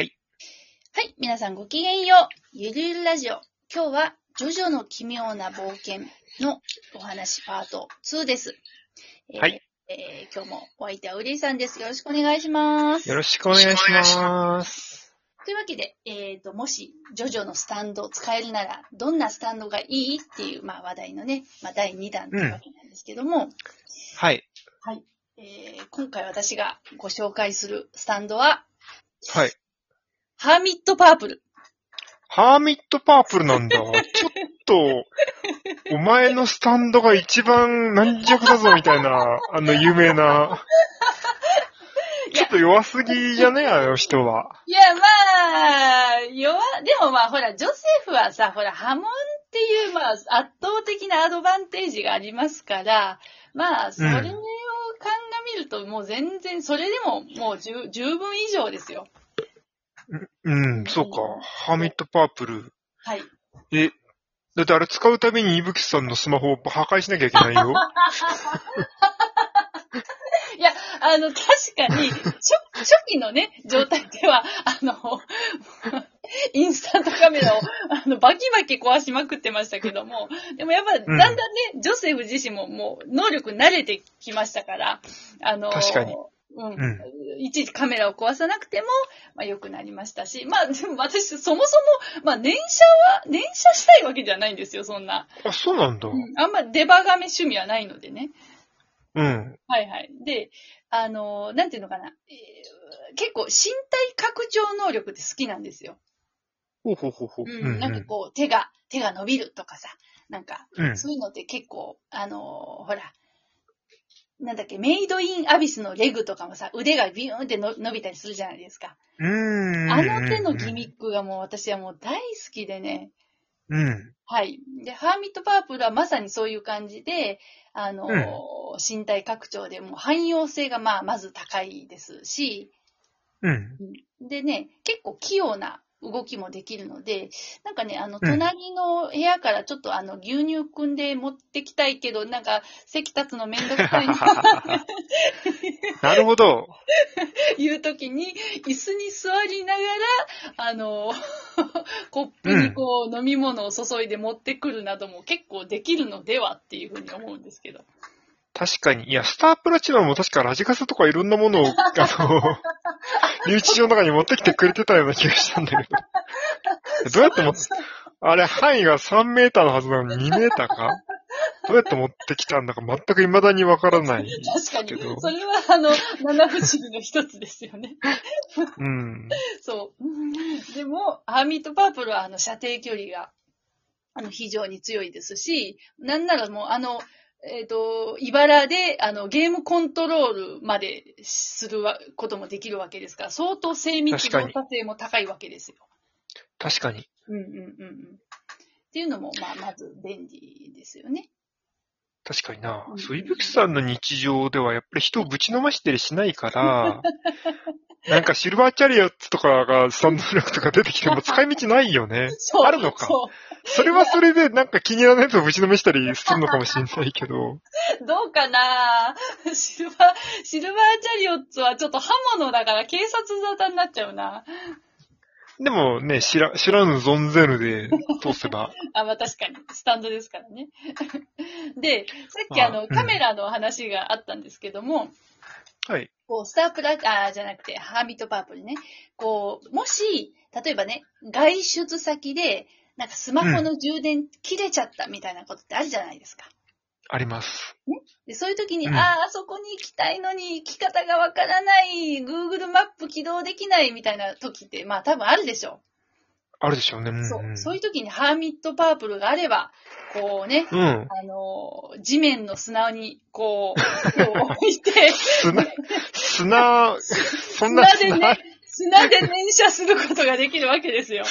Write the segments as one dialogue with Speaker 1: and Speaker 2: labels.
Speaker 1: はい、皆さんごきげんよう。ゆるゆるラジオ。今日は、ジョジョの奇妙な冒険のお話パート2です。えー
Speaker 2: はい。
Speaker 1: えー今日もお相手はウリーさんです。よろしくお願いします。
Speaker 2: よろしくお願いします。
Speaker 1: というわけで、えーと、もし、ジョジョのスタンドを使えるなら、どんなスタンドがいいっていう、まあ話題のね、まあ第2弾というわけなんですけども、
Speaker 2: はい。
Speaker 1: えー今回私がご紹介するスタンドは、
Speaker 2: はい。
Speaker 1: ハーミットパープル。
Speaker 2: ハーミットパープルなんだ。ちょっと、お前のスタンドが一番軟弱だぞみたいな、あの有名な。ちょっと弱すぎじゃねあの人は。
Speaker 1: いや、まあ、弱、でもまあ、ほら、ジョセフはさ、ほら、波紋っていう、まあ、圧倒的なアドバンテージがありますから、まあ、それを鑑みると、もう全然、それでも、もう十十分以上ですよ。
Speaker 2: うん、そうか。ハーミットパープル。
Speaker 1: はい。
Speaker 2: え、だってあれ使うたびにいぶきさんのスマホを破壊しなきゃいけな いよ。
Speaker 1: あの、確か に、初初期のね、状態では、あの、 インスタントカメラを、あの、バキバキ壊しまくってましたけども、でもやっぱ、だん
Speaker 2: うん
Speaker 1: だんね、ジョセフ自身ももう、能力慣れてきましたから、あの、
Speaker 2: 確かに
Speaker 1: うん。
Speaker 2: うん
Speaker 1: いちいちカメラを壊さなくても、まあ、良くなりましたし、まあ、でも私、そもそも、まあ、念写は、念写したいわけじゃないんですよ、そんな。
Speaker 2: あ、そうなんだ。
Speaker 1: うんあんまデバガメ趣味はないのでね。
Speaker 2: うん。
Speaker 1: はいはい。で、あのー、なんていうのかな。えー結構身体拡張能力って好きなんですよ。
Speaker 2: ほうほうほうほう。
Speaker 1: うん。なんかこう、手が、手が伸びるとかさ。なんか、
Speaker 2: うん。
Speaker 1: そういうのって結構、あのー、ほら、なんだっけ、メイドインアビスのレグとかもさ、腕がビューンっての伸びたりするじゃないですか。
Speaker 2: うん。
Speaker 1: あの手のギミックがもう私はもう大好きでね。
Speaker 2: うん。
Speaker 1: はい。で、ハーミットパープルはまさにそういう感じで、あの、
Speaker 2: うん
Speaker 1: 身体拡張でもう汎用性がまあ、まず高いですし、
Speaker 2: うん。
Speaker 1: でね、結構器用な動きもできるので、なんかね、あの、
Speaker 2: うん
Speaker 1: 隣の部屋からちょっとあの、牛乳汲んで持ってきたいけど、なんか、席立つのめんどく さいな
Speaker 2: なるほど。
Speaker 1: いう時に、椅子に座りながら、あの、 コップにこう、飲み物を注いで持ってくるなども結構できるのではっていうふうに思うんですけど。
Speaker 2: 確かに。いや、スタープラチナも確かラジカセとかいろんな ものを、あの、留置場の中に持ってきてくれてたような気がしたんだけ ど。どうやっても、あれ範囲が3メーターのはずなのに2メーターかどうやって持ってきたんだか全く未だにわから ない。
Speaker 1: 確か
Speaker 2: け
Speaker 1: に。
Speaker 2: ど
Speaker 1: それは、あの、 七不思議の一つですよね。
Speaker 2: うん。
Speaker 1: そう。でも、ハーミットパープルは、あの、射程距離が、あの、非常に強いですし、なんならもう、あの、えっ、と、茨で、あの、ゲームコントロールまでするわこともできるわけですから、相当精密
Speaker 2: 確か
Speaker 1: 動
Speaker 2: に
Speaker 1: 作性も高いわけですよ。
Speaker 2: 確かに。
Speaker 1: うんうんうんうん。っていうのも、まあ、まず便利ですよね。
Speaker 2: 確かにな。そう、いぶきさんの日常ではやっぱり人をぶちのましたりしない から、なんかシルバーチャリアッツとかがスタンド力とか出てきても使い道ないよね。
Speaker 1: そう
Speaker 2: あるのか
Speaker 1: そう
Speaker 2: それはそれで、なんか気に入らないやつをぶちのめしたりするのかもしれないけど。
Speaker 1: どうかな シルバー、シルバーチャリオッツはちょっと刃物だから警察沙汰になっちゃうな。
Speaker 2: でもね、知ら、知らぬ存ぜぬで通せば。
Speaker 1: あ、まあ確かに、スタンドですからね。 で、さっきあ
Speaker 2: あう
Speaker 1: の、
Speaker 2: ん
Speaker 1: カメラの話があったんですけども、
Speaker 2: はい。
Speaker 1: こう、スタープラ、あーじゃなくて、ハーミットパープルね。こう、もし、例えばね、外出先で、なんかスマホの充電切れちゃったみたいなことってあるじゃないですか。
Speaker 2: あります。
Speaker 1: で、そういう時に、
Speaker 2: うん
Speaker 1: ああ、あそこに行きたいのに、行き方がわからない、Google マップ起動できないみたいな時って、まあ多分あるでしょ
Speaker 2: あるでしょうね。うん
Speaker 1: う。
Speaker 2: うん。
Speaker 1: そう。そういう時にハーミットパープルがあれば、こうね、
Speaker 2: うん。
Speaker 1: あのー地面の砂に、こう、手を置いて、
Speaker 2: 砂、砂、そんな
Speaker 1: 砂で
Speaker 2: 砂、
Speaker 1: ね、砂で連射することができるわけですよ。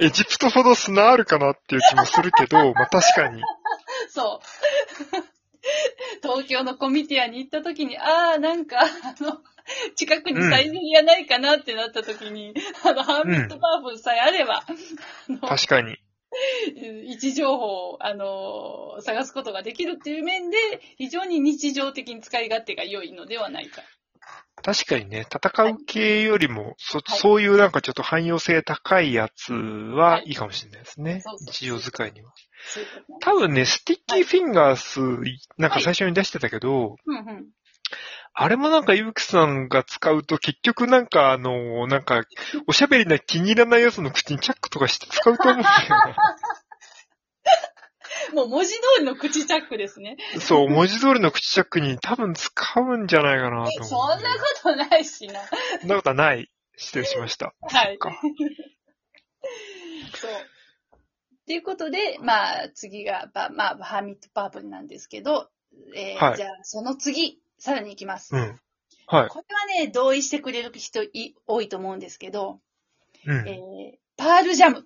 Speaker 2: エジプトほど砂あるかなっていう気もするけど、まあ確かに。
Speaker 1: そう。 東京のコミティアに行った時に、ああ、なんか、あの、近くにサイゼリアないかなってなった時に、あの、ハーミットパープルさえあれば、あの、
Speaker 2: 確かに。
Speaker 1: 位置情報を、あの、探すことができるっていう面で、非常に日常的に使い勝手が良いのではないか。
Speaker 2: 確かにね、戦う系よりも、そ、
Speaker 1: はい
Speaker 2: そういうなんかちょっと汎用性高いやつは
Speaker 1: はい
Speaker 2: いいかもしれないですね
Speaker 1: そう。そう
Speaker 2: 日常使いには。
Speaker 1: そういうこと
Speaker 2: 多分ね、スティッキーフィンガース、なんか最初に出してたけど、
Speaker 1: なんうんうん。
Speaker 2: あれもなんか、ゆうきさんが使うと、結局なんか、あの、なんか、おしゃべりな気に入らないやつの口にチャックとかして使うと思うんだ よね。
Speaker 1: もう文字通りの口チャックですね。
Speaker 2: そう、文字通りの口チャックに多分使うんじゃないかなと思う。
Speaker 1: そんなことないしな。
Speaker 2: とそんなことはない。失礼しました。
Speaker 1: はい
Speaker 2: そっか。
Speaker 1: そう。ということで、まあ、次がバ、まあ、バハミットパープルなんですけど、えー
Speaker 2: はい
Speaker 1: じゃあ、その次、さらに行きます。
Speaker 2: うん。はい。
Speaker 1: これはね、同意してくれる人い多いと思うんですけど、え
Speaker 2: う
Speaker 1: ー
Speaker 2: ん。
Speaker 1: パールジャム。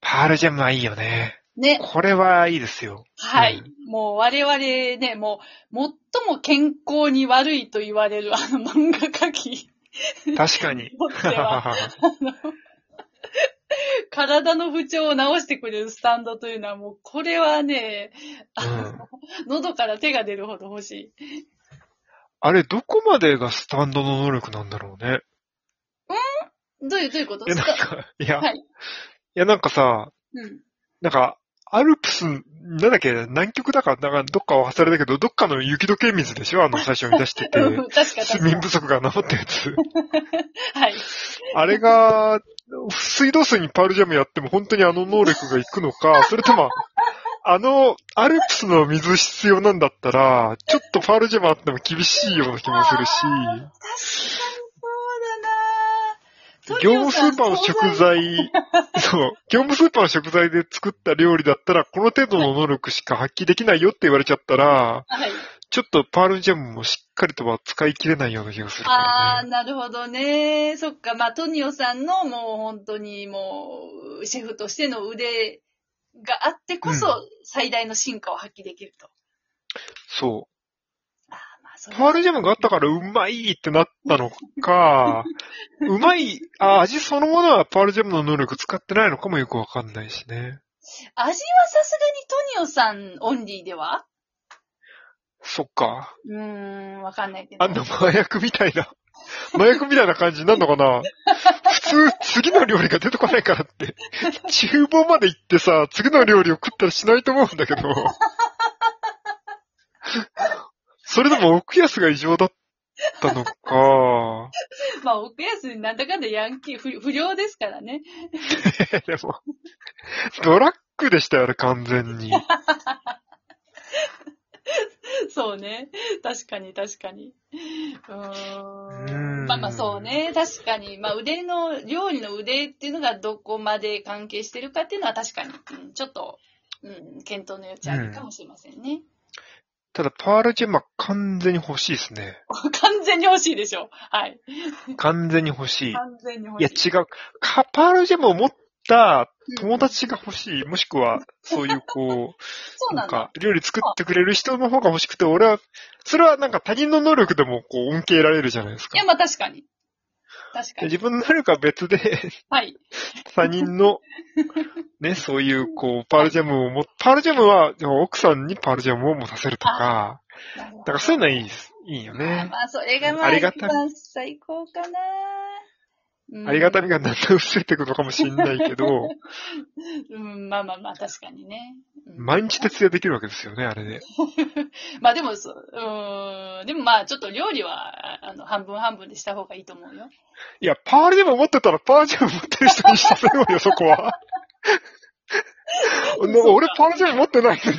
Speaker 2: パールジャムはいいよね。
Speaker 1: ね。
Speaker 2: これはいいですよ。
Speaker 1: はい。
Speaker 2: う
Speaker 1: もう我々ね、もう、最も健康に悪いと言われるあの漫画描き。
Speaker 2: 確 かに。
Speaker 1: 持って は、体の不調を治してくれるスタンドというのはもう、これはね、あの
Speaker 2: うん
Speaker 1: 喉から手が出るほど欲しい。
Speaker 2: あれ、どこまでがスタンドの能力なんだろうね。
Speaker 1: どういう、どういうこと
Speaker 2: いや、なんか、いや、
Speaker 1: はい
Speaker 2: いや、なんかさ、
Speaker 1: うん。
Speaker 2: なんか、アルプス、なんだっけ、南極だか、なんかどっかは忘れたけど、どっかの雪解け水でしょあの、最初に出して て。
Speaker 1: うん確か確
Speaker 2: 睡
Speaker 1: か
Speaker 2: 眠不足が治ったやつ。
Speaker 1: はい。
Speaker 2: あれが、水道水にパールジャムやっても本当にあの能力がいくのか、それとも、あの、アルプスの水必要なんだったら、ちょっとパールジャムあっても厳しいような気もするし、
Speaker 1: 確かにそうだな
Speaker 2: 業務スーパーの食。材、 そう、業務スーパーの食材で作った料理だったら、この程度の能力しか発揮できないよって言われちゃったら、
Speaker 1: はい。
Speaker 2: ちょっとパールジャムもしっかりとは使い切れないような気がするから
Speaker 1: あ
Speaker 2: ね。
Speaker 1: ー、なるほどね。そっか。まあ、トニオさんのもう本当にもう、シェフとしての腕があってこそ、
Speaker 2: う
Speaker 1: 最大の進化を発揮できると。
Speaker 2: そ。
Speaker 1: あー、まあ、そうれ
Speaker 2: パールジャムがあったからうまいってなったのか、うまい、あ、味そのものはパールジャムの能力使ってないのかもよくわかんないしね。
Speaker 1: 味はさすがにトニオさんオンリーでは
Speaker 2: そっか。
Speaker 1: うーん、わかんないけど。
Speaker 2: あんな麻薬みたいな、麻薬みたいな感じになるのかな普通、次の料理が出てこないからって、厨房まで行ってさ、次の料理を食ったりしないと思うんだけど。それでも奥安が異常だったのか。
Speaker 1: まあ、奥安なんだかんだヤンキー、不不良ですからね。
Speaker 2: でも、ドラッグでしたよ、あれ、完全に。
Speaker 1: そうね。確かに、確かに。うーん。
Speaker 2: うん
Speaker 1: まあまあ、そうね。確かに。まあ、腕の、料理の腕っていうのがどこまで関係してるかっていうのは確かに、うん、ちょっと、うん、検討の余地あるかもしれませんね。
Speaker 2: ただ、パールジェムは完全に欲しいですね。
Speaker 1: 完全に欲しいでしょ。はい。
Speaker 2: 完全に欲しい。い
Speaker 1: 完全に欲しい。
Speaker 2: や、違う。かパールジェムを持った友達が欲しい。もしくは、そういう、こう、
Speaker 1: そう
Speaker 2: な
Speaker 1: なんんだ。
Speaker 2: か、料理作ってくれる人の方が欲しくて、俺は、それはなんか他人の能力でもこう恩恵得られるじゃないです
Speaker 1: い
Speaker 2: か
Speaker 1: や、。まあ確かに。確かに。
Speaker 2: 自分の能力は別 で、
Speaker 1: はい。
Speaker 2: 他人の、ね、そういう、こう、パールジャムをも、パールジャムは、でも奥さんにパールジャムを持たせるとか、
Speaker 1: なるほ
Speaker 2: だか
Speaker 1: ど
Speaker 2: らそういうのはいいです。いいよね。
Speaker 1: まあ、それがま
Speaker 2: あ
Speaker 1: あ、
Speaker 2: り
Speaker 1: 一
Speaker 2: がた
Speaker 1: 番最高かな。うん
Speaker 2: ありがたみがだんだん薄れていくのかもしれないけど、
Speaker 1: うん、まあまあまあ、確かにね。うん
Speaker 2: 毎日徹夜できるわけですよね、あれで。
Speaker 1: まあでもそう、うーん、でもまあちょっと料理は、あの、半分半分でした方がいいと思 うよ。
Speaker 2: いや、パールでも持ってたらパールジャム持ってる人にさせようよ、そこ は。な俺パールジャム持ってないのに、2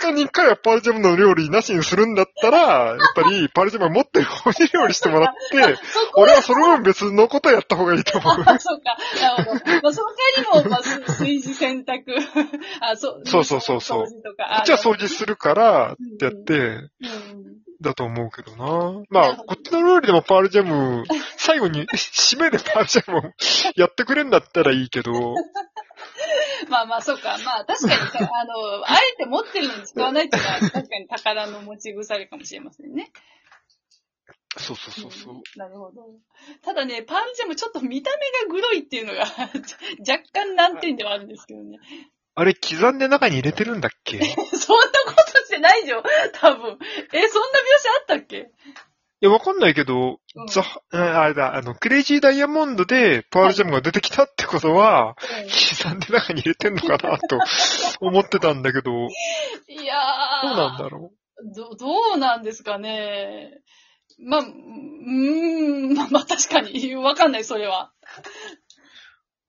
Speaker 2: 日に1回はパールジャムの料理なしにするんだったら、やっぱりパールジャムは持ってる方に料理してもらって、 俺はその分別のことやった方がいいと思う。
Speaker 1: あ、そうか。なるほど。まあ、その代わりも、まあ、そ炊事洗濯。 あ、そう。
Speaker 2: そうそうそうそう
Speaker 1: 掃除とか。
Speaker 2: こっちは掃
Speaker 1: う。
Speaker 2: 除するから、ってやって、
Speaker 1: うん。
Speaker 2: だと思うけどな。
Speaker 1: な
Speaker 2: ま
Speaker 1: るほ
Speaker 2: あ、
Speaker 1: ど
Speaker 2: こっちの料理でもパールジャム、最後に、締めでパールジャムをやってくれんだったらいいけど、
Speaker 1: まあまあ、そうか。まあ、確かにさ、あの、あえて持ってるのに使わないっていうのは、確かに宝の持ち腐れかもしれませんね。
Speaker 2: そうそうそうそう。
Speaker 1: んなるほど。ただね、パンジャムちょっと見た目がグロいっていうのが、 若干難点ではあるんですけどね。
Speaker 2: あれ、刻んで中に入れてるんだっけ
Speaker 1: そんなことしてないよ。多分。え、そんな描写あったっけ
Speaker 2: いや、わかんないけど、
Speaker 1: うん
Speaker 2: ザ、うんあれだ、あの、クレイジーダイヤモンドでパールジャムが出てきたってことは、刻んで中に入れてんのかな、と 思ってたんだけど、どう
Speaker 1: いやー。
Speaker 2: なんだろ
Speaker 1: ど、どうなんですかね。まあ、うーん、まあ、 まあ、確かに。わかんない、それは。
Speaker 2: う。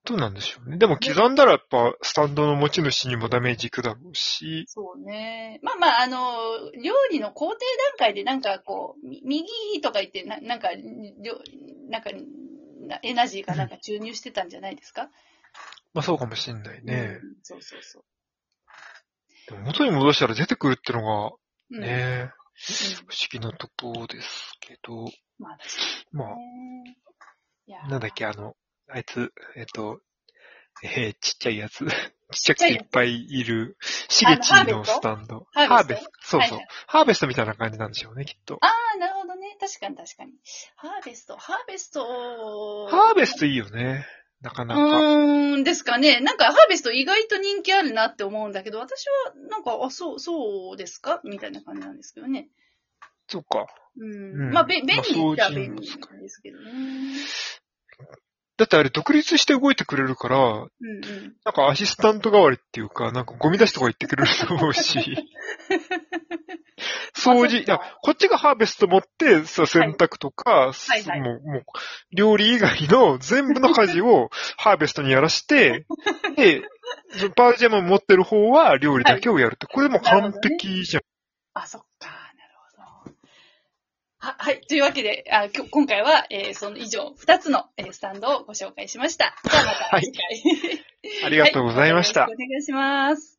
Speaker 2: どうなんでしょうね。でも刻んだらやっぱ、スタンドの持ち主にもダメージいくだろうし、
Speaker 1: そうね。まあまあ、あの、料理の工程段階でなんかこう、み右とか言って、ななんか、りょなんか、なエナジーかなんか注入してたんじゃないですか
Speaker 2: まあそうかもしんないね。
Speaker 1: うんそうそうそう。
Speaker 2: でも元に戻したら出てくるっての
Speaker 1: う
Speaker 2: が
Speaker 1: ん
Speaker 2: ね、
Speaker 1: うん
Speaker 2: 不思議なとこですけど、
Speaker 1: まあ、確
Speaker 2: ま
Speaker 1: か
Speaker 2: あ、
Speaker 1: にね。いやー
Speaker 2: なんだっけ、あの、あいつ、えっと、えーちっちゃいやつ。ちっ ちゃくていっぱいいる、シゲチ
Speaker 1: あのハーベ
Speaker 2: の
Speaker 1: スト
Speaker 2: スタンド。
Speaker 1: ハーベスト
Speaker 2: ベスト。そうそう、
Speaker 1: はいはい
Speaker 2: ハーベストみたいな感じなんでしょうね、きっと。
Speaker 1: あーなるほどね。確かに確かに。ハーベスト、ハーベストを
Speaker 2: ハーベストいいよね。なかなか。
Speaker 1: うーん、ですかね。なんか、ハーベスト意外と人気あるなって思うんだけど、私は、なんか、あ、そう、そうですかみたいな感じなんですけどね。
Speaker 2: そうか。
Speaker 1: うん。
Speaker 2: うん
Speaker 1: まあ、べ、便利
Speaker 2: まあそう
Speaker 1: っちゃ便利
Speaker 2: 人物か
Speaker 1: ですけどね。う
Speaker 2: だってあれ独立して動いてくれるから、
Speaker 1: んうん。
Speaker 2: なんかアシスタント代わりっていうか、なんかゴミ出しとか行ってくれると思 うし。掃除、いや、こっちがハーベスト持って、さ、洗濯とか、
Speaker 1: いはい
Speaker 2: もう、もう、料理以外の全部の家 事をハーベストにやらして、で、そのパージャム持ってる方は料理だけをやるって、これもう完璧じゃん。
Speaker 1: あ、そっか。なるほど。は、はい。というわけで、あきょ今回は、えーその以上、2つの、えースタンドをご紹介しました。じゃあまた次回。
Speaker 2: ありがとうございました
Speaker 1: は。よろしくお願いします。